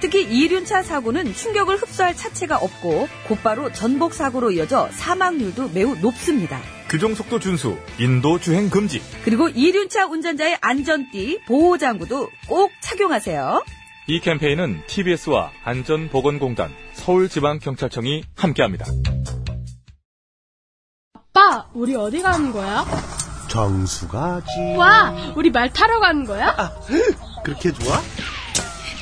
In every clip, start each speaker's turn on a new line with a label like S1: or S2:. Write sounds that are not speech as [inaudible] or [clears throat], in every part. S1: 특히 이륜차 사고는 충격을 흡수할 차체가 없고 곧바로 전복 사고로 이어져 사망률도 매우 높습니다.
S2: 규정속도 준수, 인도 주행 금지.
S1: 그리고 이륜차 운전자의 안전띠, 보호장구도 꼭 착용하세요.
S2: 이 캠페인은 TBS와 안전보건공단, 서울지방경찰청이 함께합니다.
S3: 아빠, 우리 어디 가는 거야?
S4: 정수 가지.
S3: 와, 우리 말 타러 가는 거야?
S4: 그렇게 좋아?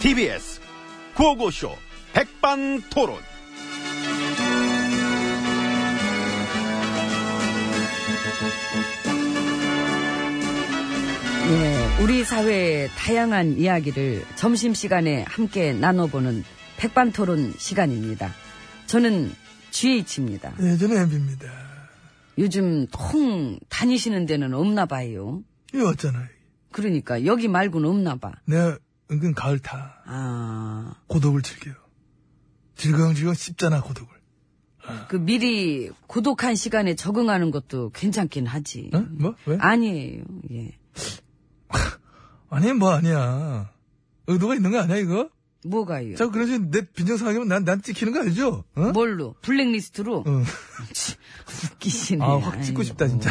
S5: TBS 구호고쇼 백반토론.
S1: 예, 우리 사회의 다양한 이야기를 점심시간에 함께 나눠보는 백반토론 시간입니다. 저는 GH입니다.
S6: 예, 저는 엠비입니다.
S1: 요즘 통 다니시는 데는 없나 봐요.
S6: 이거 어쩌나.
S1: 그러니까 여기 말고는 없나 봐.
S6: 내가 은근 가을 타.
S1: 아,
S6: 고독을 즐겨요. 즐거움질거움 씹잖아, 고독을.
S1: 그 미리 고독한 시간에 적응하는 것도 괜찮긴 하지.
S6: 응? 뭐? 왜?
S1: 아니에요. 예.
S6: 아니, 뭐 아니야. 의도가 있는 거 아니야, 이거?
S1: 뭐가요?
S6: 자꾸 그러지. 내 빈정 상하면 난, 난 찍히는 거 알죠? 응?
S1: 뭘로? 블랙리스트로? [laughs]
S6: 응.
S1: 웃기시네.
S6: 아, 확 찍고 싶다,
S1: 아이고.
S6: 진짜.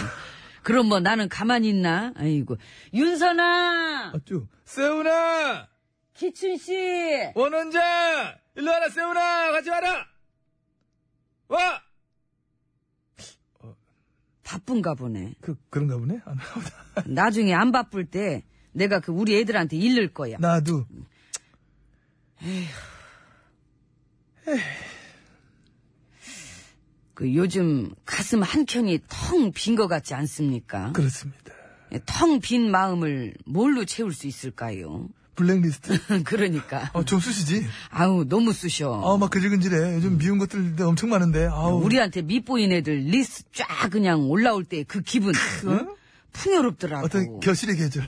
S1: 그럼 뭐 나는 가만히 있나? 아이고. 윤선아!
S6: 아, 쭉. 세훈아!
S1: 기춘씨!
S6: 원원장! 일로 와라, 세훈아! 가지 마라! 와!
S1: 바쁜가 보네.
S6: 그, 그런가 보네? 안 나오다.
S1: 나중에 안 바쁠 때 내가 그 우리 애들한테 일를 거야.
S6: 나도.
S1: 그 요즘 가슴 한켠이 텅 빈 것 같지 않습니까? 예,
S6: 그렇습니다.
S1: 텅 빈 마음을 뭘로 채울 수 있을까요? [laughs]
S6: 블랙리스트.
S1: 그러니까.
S6: 어, 좀 쓰시지?
S1: 아우, 너무 쑤셔.
S6: 아, 막 그질근질해. 요즘 미운 것들 엄청 많은데. 아우.
S1: 우리한테 밑보인 애들 리스트 쫙 그냥 올라올 때 그 기분. 응? 풍요롭더라고.
S6: 어떤 결실의 계절.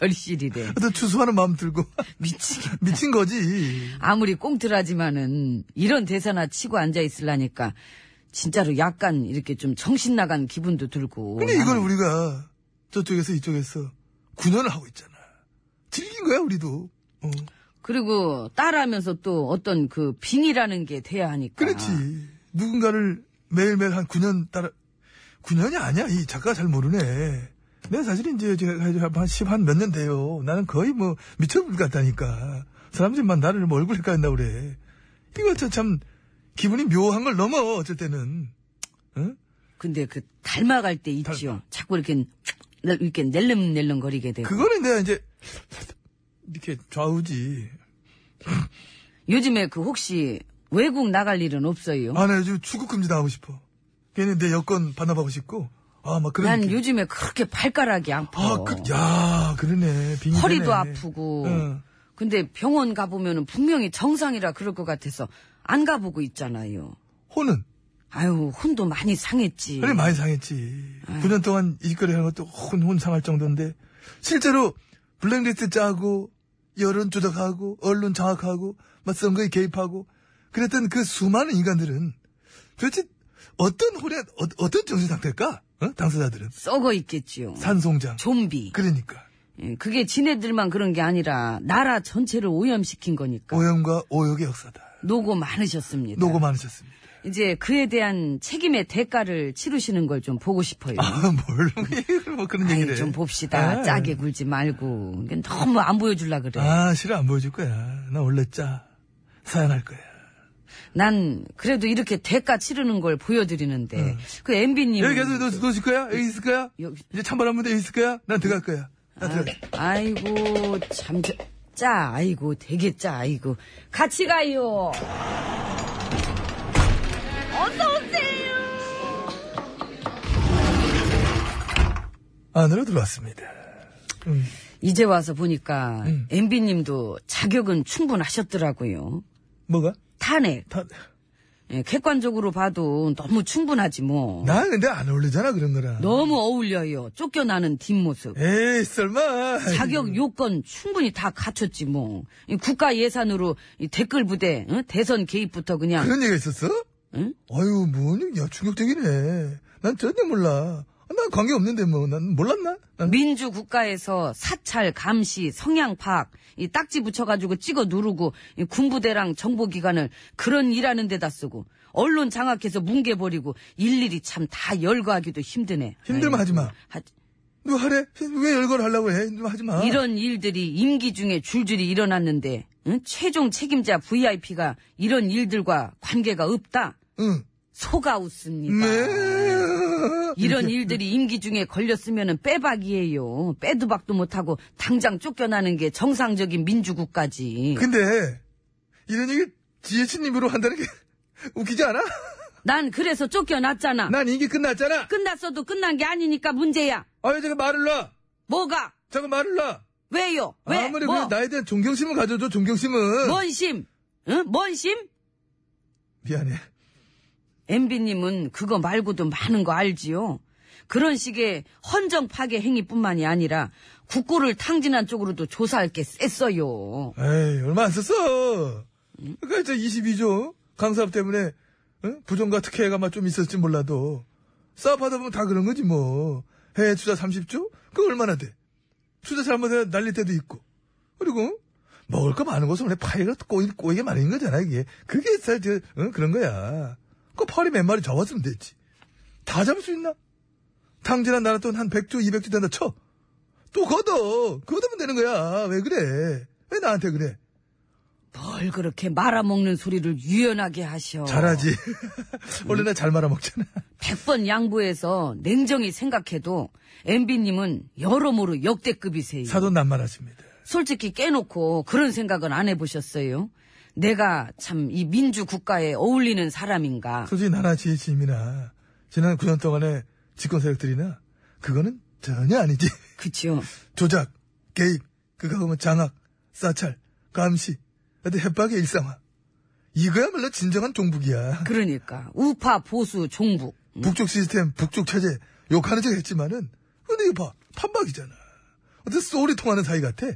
S1: 결실이래.
S6: 어떤 추수하는 마음 들고. [laughs]
S1: 미치겠다.
S6: 미친 거지.
S1: 아무리 꽁트라지만은 이런 대사나 치고 앉아 있으려니까 진짜로 약간 이렇게 좀 정신 나간 기분도 들고.
S6: 근데 이걸
S1: 나는
S6: 우리가 저쪽에서 이쪽에서 9년을 하고 있잖아. 즐긴 거야, 우리도. 어.
S1: 그리고 따라하면서 또 어떤 그 빈이라는 게 돼야 하니까.
S6: 그렇지. 누군가를 매일매일 한 9년 따라, 9년이 아니야. 이 작가가 잘 모르네. 내가 사실 이제 제가 한 10, 한 몇 년 돼요. 나는 거의 뭐 미쳐볼 것 같다니까. 사람들만 나를 뭐 얼굴 헷갈린다고 그래. 이거 참, 참, 기분이 묘한 걸 넘어, 어쩔 때는. 응?
S1: 근데 그 닮아갈 때 있지요. 자꾸 이렇게 이렇게 낼름낼름 거리게 되고.
S6: 그거는 내가 이제, 이렇게 좌우지.
S1: 요즘에 그 혹시 외국 나갈 일은 없어요?
S6: 아, 나 요즘 출국금지 나하고 싶어. 괜히 내 여권 반납하고 싶고. 아, 막 그런.
S1: 난
S6: 느낌.
S1: 요즘에 그렇게 발가락이 아파.
S6: 아, 그, 야, 그러네. 빙의되네.
S1: 허리도 아프고.
S6: 응.
S1: 근데 병원 가보면은 분명히 정상이라 그럴 것 같아서 안 가보고 있잖아요.
S6: 혼은?
S1: 아유, 혼도 많이 상했지.
S6: 그래 많이 상했지. 9년 동안 이직거리 하는 것도 혼, 혼 상할 정도인데 실제로 블랙리스트 짜고 여론 조작하고 언론 장악하고 막 선거에 개입하고 그랬던 그 수많은 인간들은 도대체 어떤 홀에 어, 떤 정신 상태일까? 어? 당사자들은
S1: 썩어 있겠지요.
S6: 산송장.
S1: 좀비.
S6: 그러니까
S1: 예, 그게 지네들만 그런 게 아니라 나라 전체를 오염시킨 거니까.
S6: 오염과 오욕의 역사다.
S1: 노고 많으셨습니다.
S6: 노고 많으셨습니다.
S1: 이제 그에 대한 책임의 대가를 치르시는 걸 좀 보고 싶어요.
S6: 아, [laughs] 뭘, 뭐 그런
S1: 아이,
S6: 얘기를.
S1: 좀 봅시다.
S6: 아.
S1: 짜게 굴지 말고. 이게 너무 안 보여주려 그래.
S6: 아, 싫어 안 보여줄 거야. 나 원래 짜. 사양할 거야.
S1: 난 그래도 이렇게 대가 치르는 걸 보여드리는데 그 MB님
S6: 여기 계속 너, 너 있을 거야? 여기 있을 거야?
S1: 여기-
S6: 이제 찬바람 분데 여기 있을 거야? 난 들어갈 거야. 난 들어갈 거야.
S1: 아, 아이고 참 짜, 짜 아이고 되게 짜 아이고 같이 가요. 아.
S6: 안으로 들어왔습니다.
S1: 이제 와서 보니까 MB님도 자격은 충분하셨더라고요.
S6: 뭐가?
S1: 탄핵
S6: 다,
S1: 예, 객관적으로 봐도 너무 충분하지 뭐.
S6: 난 근데 안 어울리잖아, 그런 거랑.
S1: 너무 어울려요. 쫓겨나는
S6: 네,
S1: 뒷모습.
S6: 에이, 설마.
S1: 자격 요건 충분히 다 갖췄지 뭐. 이 국가 예산으로 이 댓글 부대 어? 대선 개입부터 그냥
S6: 그런 얘기가 있었어?
S1: 응?
S6: 아유, 뭐니? 야, 충격적이네. 난 전혀 몰라. 아, 난 관계없는데, 뭐. 난 몰랐나? 난
S1: 민주 국가에서 사찰 감시 성향 파악 이 딱지 붙여가지고 찍어 누르고 이 군부대랑 정보기관을 그런 일하는 데다 쓰고 언론 장악해서 뭉개버리고 일일이 참 다 열거하기도 힘드네.
S6: 힘들면 하지 마.
S1: 하-
S6: 누가 하래? 왜 열거를 하려고 해? 누가 하지 마.
S1: 이런 일들이 임기 중에 줄줄이 일어났는데 응? 최종 책임자 VIP가 이런 일들과 관계가 없다.
S6: 응.
S1: 소가 웃습니다.
S6: 네.
S1: 이런 일들이 임기 중에 걸렸으면 빼박이에요. 빼도 박도 못하고 당장 쫓겨나는 게 정상적인 민주국까지.
S6: 그- 근데, 이런 얘기 지혜친님으로 한다는 게 [laughs] 웃기지 않아?
S1: 난 그래서 쫓겨났잖아.
S6: 난 이게 끝났잖아.
S1: 끝났어도 끝난 게 아니니까 문제야.
S6: 아유, 잠깐 말을 놔.
S1: 뭐가?
S6: 잠깐 말을 놔.
S1: 왜요? 왜?
S6: 아무리
S1: 뭐?
S6: 그래도 나에 대한 존경심을 가져줘, 존경심은.
S1: 뭔 심? 응? 뭔 심?
S6: 미안해.
S1: MB님은 그거 말고도 많은 거 알지요? 그런 식의 헌정 파괴 행위뿐만이 아니라 국고를 탕진한 쪽으로도 조사할 게 셌어요.
S6: 에이, 얼마 안 썼어. 그니까, 이제 22조. 강사업 때문에, 응? 부정과 특혜가 막 좀 있었지 몰라도. 사업하다 보면 다 그런 거지, 뭐. 해외 투자 30조? 그거 얼마나 돼? 투자 잘못해 날릴 때도 있고. 그리고, 먹을 거 많은 곳은 원래 파이가 꼬이, 꼬이게 마련인 거잖아, 이게. 그게 사실, 저, 응, 그런 거야. 그 파리 몇 마리 잡았으면 됐지. 다 잡을 수 있나? 탕진한 나라 돈 한 100조, 200조 된다 쳐. 또 걷어. 걷으면 되는 거야. 왜 그래? 왜 나한테 그래?
S1: 뭘 그렇게 말아먹는 소리를 유연하게 하셔.
S6: 잘하지. [laughs] 원래 나 잘 말아먹잖아.
S1: 100번 양보해서 냉정히 생각해도 MB님은 여러모로 역대급이세요.
S6: 사돈 난말하십니다.
S1: 솔직히 깨놓고 그런 생각은 안 해보셨어요? 내가 참 이 민주 국가에 어울리는 사람인가.
S6: 솔직히 나나 지혜진이나 지난 9년 동안의 집권 세력들이나 그거는 전혀 아니지. [laughs]
S1: 그치요?
S6: 조작, 개입, 그거 하면 장악, 사찰, 감시, 하여튼 협박의 일상화. 이거야말로 진정한 종북이야.
S1: 그러니까 우파 보수 종북.
S6: 북쪽 시스템, 북쪽 체제 욕하는 척 했지만은 근데 이거 봐. 판박이잖아. 어떤 소울이 통하는 사이 같아.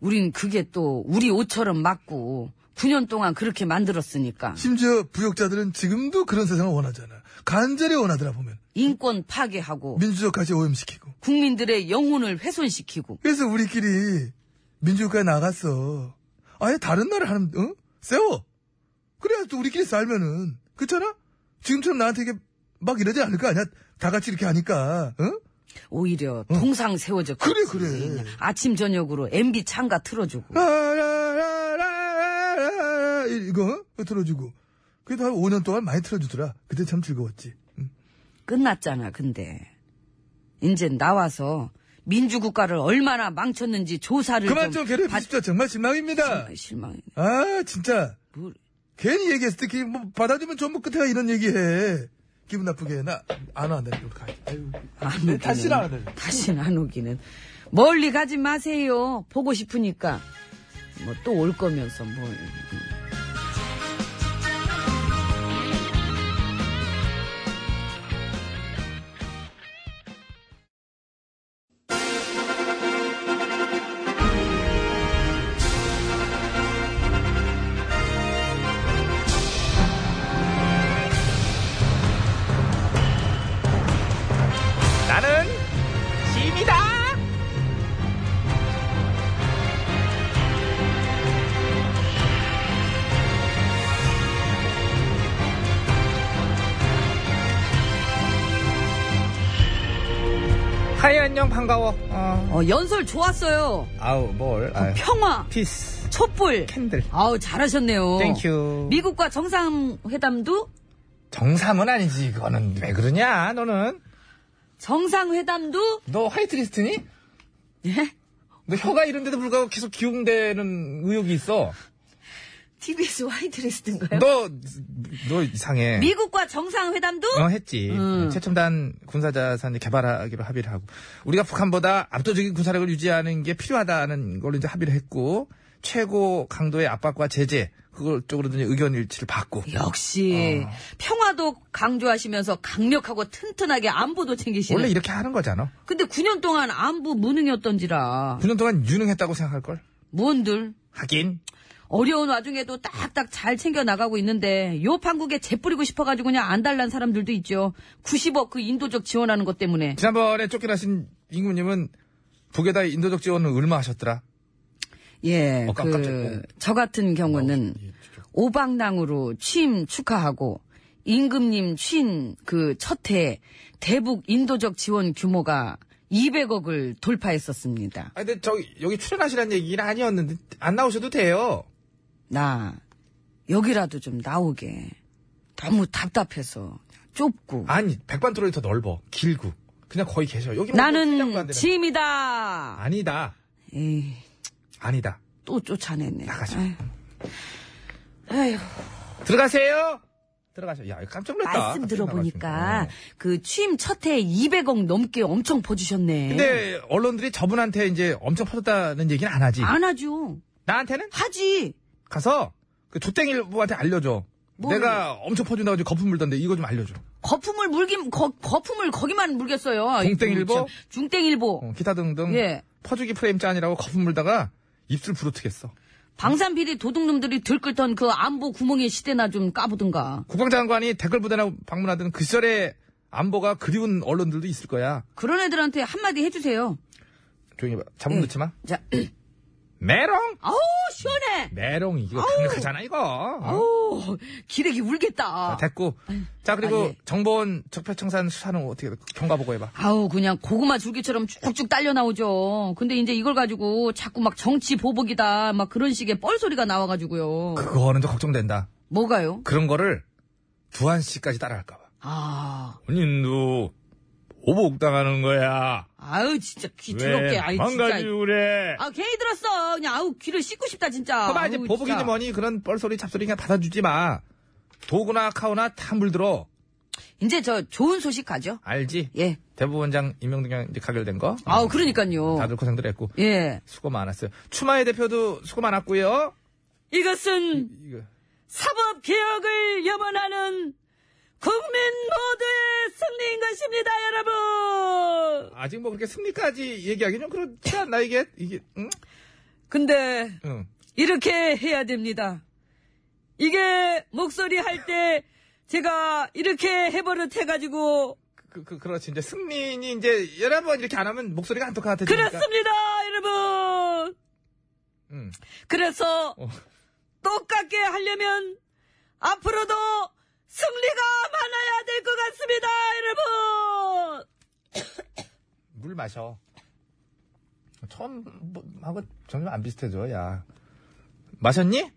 S1: 우린 그게 또 우리 옷처럼 맞고 9년 동안 그렇게 만들었으니까
S6: 심지어 부역자들은 지금도 그런 세상을 원하잖아. 간절히 원하더라 보면.
S1: 인권 파괴하고
S6: 민주적 가치 오염시키고.
S1: 국민들의 영혼을 훼손시키고
S6: 그래서 우리끼리 민주국가에 나갔어. 아예 다른 나라 하는, 어? 세워! 그래야 또 우리끼리 살면은. 그렇잖아? 지금처럼 나한테 이게 막 이러지 않을 거 아니야? 다 같이 이렇게 하니까, 어?
S1: 오히려 동상 세워져
S6: 그래, 그래.
S1: 아침 저녁으로 MB 창가 틀어주고
S6: 라라라라라라 이거, 이거 틀어주고. 그래도 한 5년 동안 많이 틀어주더라. 그때 참 즐거웠지. 응.
S1: 끝났잖아 근데 이제 나와서 민주국가를 얼마나 망쳤는지 조사를
S6: 그만 좀
S1: 음, 좀
S6: 괴롭히십시오. 정말 실망입니다.
S1: 실망
S6: 아, 진짜.
S1: 뭘.
S6: 괜히 얘기했을 때, 괜히 뭐, 받아주면 전부 끝에가 이런 얘기해. 기분 나쁘게 해. 나, 안 한다. 이거 가. 아유.
S1: 안 오기는
S6: 다시는 안 해.
S1: 다시는 안 오기는 멀리 가지 마세요 보고 싶으니까 뭐 또 올 거면서 뭘
S7: 나는 짐이다. 하이 안녕 반가워. 어.
S1: 어, 연설 좋았어요 어,
S7: 아우 뭘? 아유.
S1: 그 평화
S7: 피스.
S1: 촛불.
S6: 캔들.
S1: 아우
S6: 어.
S1: 잘하셨네요.
S6: 땡큐.
S1: 미국과 정상회담도
S6: 정삼은 아니지. 그거는 왜 그러냐? 너는
S1: 정상회담도
S6: 너 화이트리스트니?
S1: 예? [laughs]
S6: 너 혀가 이런데도 불구하고 계속 기용되는 의혹이 있어.
S1: TBS 화이트리스트인가요?
S6: 너, 너 이상해.
S1: 네. 미국과 정상회담도
S6: 어, 했지.
S1: 음.
S6: 최첨단 군사자산 개발하기로 합의를 하고. 우리가 북한보다 압도적인 군사력을 유지하는 게 필요하다는 걸로 이제 합의를 했고, 최고 강도의 압박과 제재, 그걸 쪽으로 이제 의견 일치를 받고.
S1: 예. 역시
S6: 어.
S1: 평화도 강조하시면서 강력하고 튼튼하게 안보도 챙기시는.
S6: 원래 이렇게 하는 거잖아.
S1: 근데 9년 동안 안보 무능이었던지라
S6: 9년 동안 유능했다고 생각할걸?
S1: 뭔들
S6: 하긴.
S1: 어려운 와중에도 딱딱 잘 챙겨 나가고 있는데 요 판국에 재뿌리고 싶어가지고 그냥 안달난 사람들도 있죠. 90억 그 인도적 지원하는 것 때문에
S6: 지난번에 쫓겨나신 임금님은 북에다 인도적 지원을 얼마 하셨더라?
S1: 예,
S6: 어, 예,
S1: 그,
S6: 깜- 깜짝이야.
S1: 저 같은 경우는
S6: 그렇죠.
S1: 오방랑으로 취임 축하하고 임금님 취임 그첫 해에 대북 인도적 지원 규모가 200억을 돌파했었습니다.
S6: 아, 근데 저, 여기 출연하시라는 얘기는 아니었는데, 안 나오셔도 돼요.
S1: 나 여기라도 좀 나오게 너무 답답해서 좁고
S6: 아니, 백반 토론이 더 넓어. 길고. 그냥 거의 계셔. 여기
S1: 나는 짐이다.
S6: 아니다.
S1: 에이,
S6: 아니다.
S1: 또 쫓아냈네.
S6: 나가죠.
S1: 아휴.
S6: 들어가세요. 들어가세요. 야, 깜짝 놀랐다.
S1: 말씀 들어보니까
S6: 어.
S1: 그 취임 첫 해에 200억 넘게 엄청 퍼주셨네.
S6: 근데 언론들이 저분한테 이제 엄청 퍼졌다는 얘기는 안 하지.
S1: 안 하죠.
S6: 나한테는
S1: 하지.
S6: 가서 그 조땡일보한테 알려줘.
S1: 뭘?
S6: 내가 엄청 퍼준다고 지금 거품 물던데 이거 좀 알려줘.
S1: 거품을 물긴 거, 거품을 거기만 물겠어요.
S6: 중땡일보?
S1: 참, 중땡일보.
S6: 어, 기타 등등.
S1: 예.
S6: 퍼주기 프레임 짠이라고 거품 물다가 입술 부러뜨겠어.
S1: 방산비리 도둑놈들이 들끓던 그 안보 구멍의 시대나 좀 까보든가.
S6: 국방장관이 댓글 부대나 방문하던 그 시절에 안보가 그리운 언론들도 있을 거야.
S1: 그런 애들한테 한마디 해주세요.
S6: 조용히 봐. 잡음
S1: 예.
S6: 넣지 마.
S1: 자, [clears throat]
S6: 메롱!
S1: 아우 시원해.
S6: 메롱, 이거 강력하잖아, 이거. 어?
S1: 아우 기레기 울겠다.
S6: 자, 됐고. 자, 그리고
S1: 아, 예.
S6: 정보원 적폐청산 수사는 어떻게, 돼? 경과 보고 해봐.
S1: 아우 그냥 고구마 줄기처럼 쭉쭉 딸려 나오죠. 근데 이제 이걸 가지고 자꾸 막 정치 보복이다 막 그런 식의 뻘소리가 나와가지고요.
S6: 그거는 좀 걱정된다.
S1: 뭐가요?
S6: 그런 거를 두한 씨까지 따라할까봐.
S1: 아
S6: 본인도 보복당하는 거야.
S1: 아유 진짜 귀 더럽게 아이 진짜.
S6: 그래.
S1: 아 괜히 들었어. 그냥 아우 귀를 씻고 싶다 진짜.
S6: 봐봐, 이제
S1: 아우,
S6: 보복이지
S1: 진짜.
S6: 뭐니 그런 뻘소리 잡소리 그냥 받아주지 마. 도구나 카우나 다 물들어.
S1: 이제 저 좋은 소식 가죠.
S6: 알지?
S1: 예.
S6: 대법원장 임명동향 이제 가결된 거.
S1: 아우 그러니까요.
S6: 다들 고생들 했고.
S1: 예.
S6: 수고 많았어요. 추마애 대표도 수고 많았고요.
S1: 이것은
S6: 이거.
S1: 사법 개혁을 염원하는 국민 모두의 승리인 것입니다, 여러분.
S6: 아직 뭐 그렇게 승리까지 얘기하기 좀 그렇지 않나 이게 이게 응?
S1: 근데
S6: 응.
S1: 이렇게 해야 됩니다. 이게 목소리 할 때 제가 이렇게 해버릇 해가지고
S6: 그, 그, 그렇지. 이제 승민이 이제 여러 번 이렇게 안 하면 목소리가 안 똑같아지니까.
S1: 그렇습니다, 여러분.
S6: 응.
S1: 그래서
S6: 음. 어.
S1: 똑같게 하려면 앞으로도 승리가 많아야 될 것 같습니다, 여러분.
S6: 물 마셔. 처음 뭐 하고 전혀 안 비슷해져, 야. 마셨니?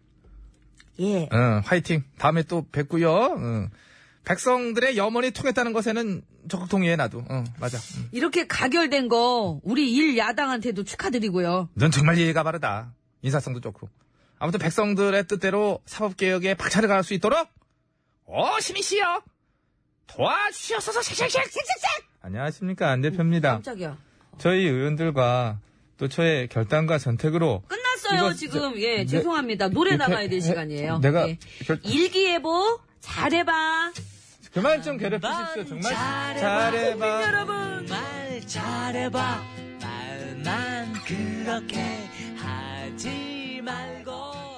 S1: 예.
S6: 응, 화이팅. 다음에 또 뵙고요. 응. 백성들의 염원이 통했다는 것에는 적극 동의해, 나도. 응, 맞아. 응.
S1: 이렇게 가결된 거 우리 일 야당한테도 축하드리고요.
S6: 넌 정말 예의가 바르다. 인사성도 좋고. 아무튼 백성들의 뜻대로 사법개혁에 박차를 가할 수 있도록 어, 시민씨여 도와주시옵소서 쉑쉑쉑쉑쉑 안녕하십니까, 안 대표입니다.
S1: 깜짝이야.
S6: 저희 의원들과 또 저의 결단과 선택으로
S1: 끝났어요
S6: 이거
S1: 지금
S6: 저-
S1: 예
S6: 네.
S1: 죄송합니다 노래
S6: 네,
S1: 나가야 될
S6: 해-
S1: 시간이에요.
S6: 내가
S1: 예.
S6: 결-
S1: 일기예보 잘해봐.
S6: 그만 좀 괴롭히십시오. 정말 잘해봐.
S1: 국민 여러분
S8: 말 잘해봐 말만 그렇게 하지 말고